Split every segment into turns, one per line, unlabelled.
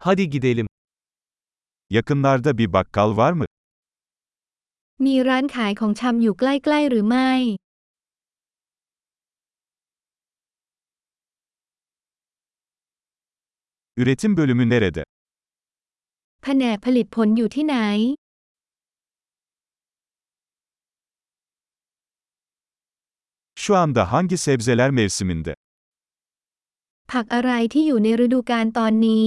Hadi gidelim. Yakınlarda bir bakkal var mı?
มีร้านขายของชำอยู่ใกล้ๆหรือไม่
Üretim bölümü nerede?
แผนกผลิตผลอยู่ที่ไหน
Şu anda hangi sebzeler mevsiminde?
ผักอะไรที่อยู่ในฤดูกาลตอนนี้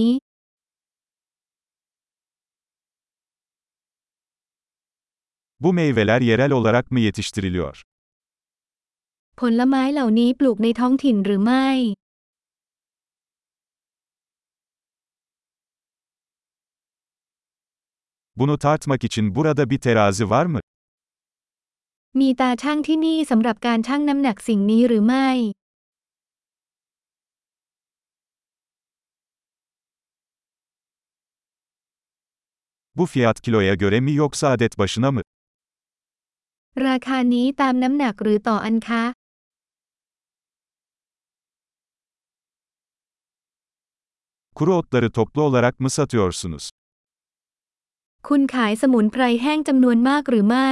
Bu meyveler yerel olarak mı yetiştiriliyor?
ผลไม้เหล่านี้ปลูกในท้องถิ่นหรือไม่
Bunu tartmak için burada bir terazi var mı?
มีตาช่างที่นี่สำหรับการชั่งน้ำหนักสิ่งนี้หรือไม่
Bu fiyat kiloya göre mi yoksa adet başına mı?
ราคานี้ตามน้ำหนักหรือต่ออันคะ
Kuru otları toplu olarak mı satıyorsunuz?
คุณขายสมุนไพรแห้งจำนวนมากหรือไม่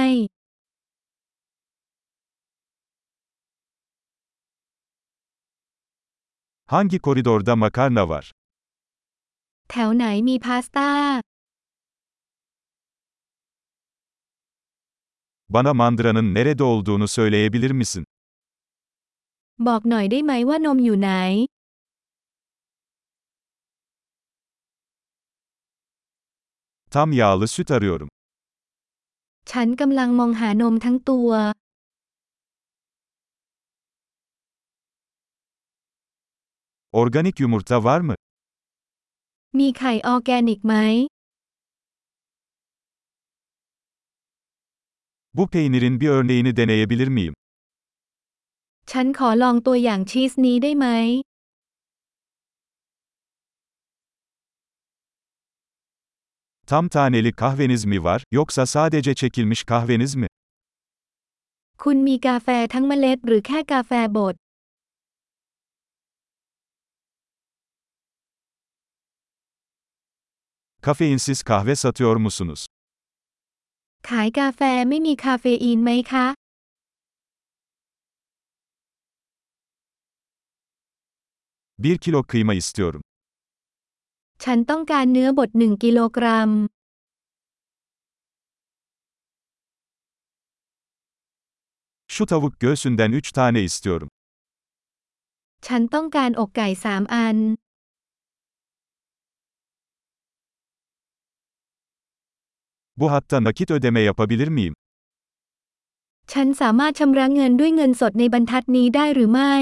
Hangi koridorda makarna var?
แถวไหนมีพาสต้า
Bana mandıranın nerede olduğunu söyleyebilir misin?
บอกหน่อยได้ไหมว่านมอยู่ไหน
Tam yağlı süt arıyorum.
ฉันกำลังมองหานมทั้งตัว
Organik yumurta var mı?
มีไข่ออร์แกนิกไหม
Bu peynirin bir örneğini deneyebilir miyim?
ฉันขอลองตัวอย่างชีสนี้ได้ไหม
Tam taneli kahveniz mi var, yoksa sadece çekilmiş kahveniz mi?
คุณมีกาแฟทั้งเมล็ดหรือแค่กาแฟบด
Kafeinsiz kahve satıyor musunuz?
ขายกาแฟไม่มีคาเฟอีนไหมคะ
1 kilo kıyma istiyorum.
ฉันต้องการเนื้อบด1กิโลกรัม
Şu tavuk göğsünden 3 tane istiyorum.
ฉันต้องการอกไก่ 3 อัน
Bu hatta nakit ödeme yapabilir miyim?
ฉันสามารถชำระเงินด้วยเงินสดในบรรทัดนี้ได้หรือไม่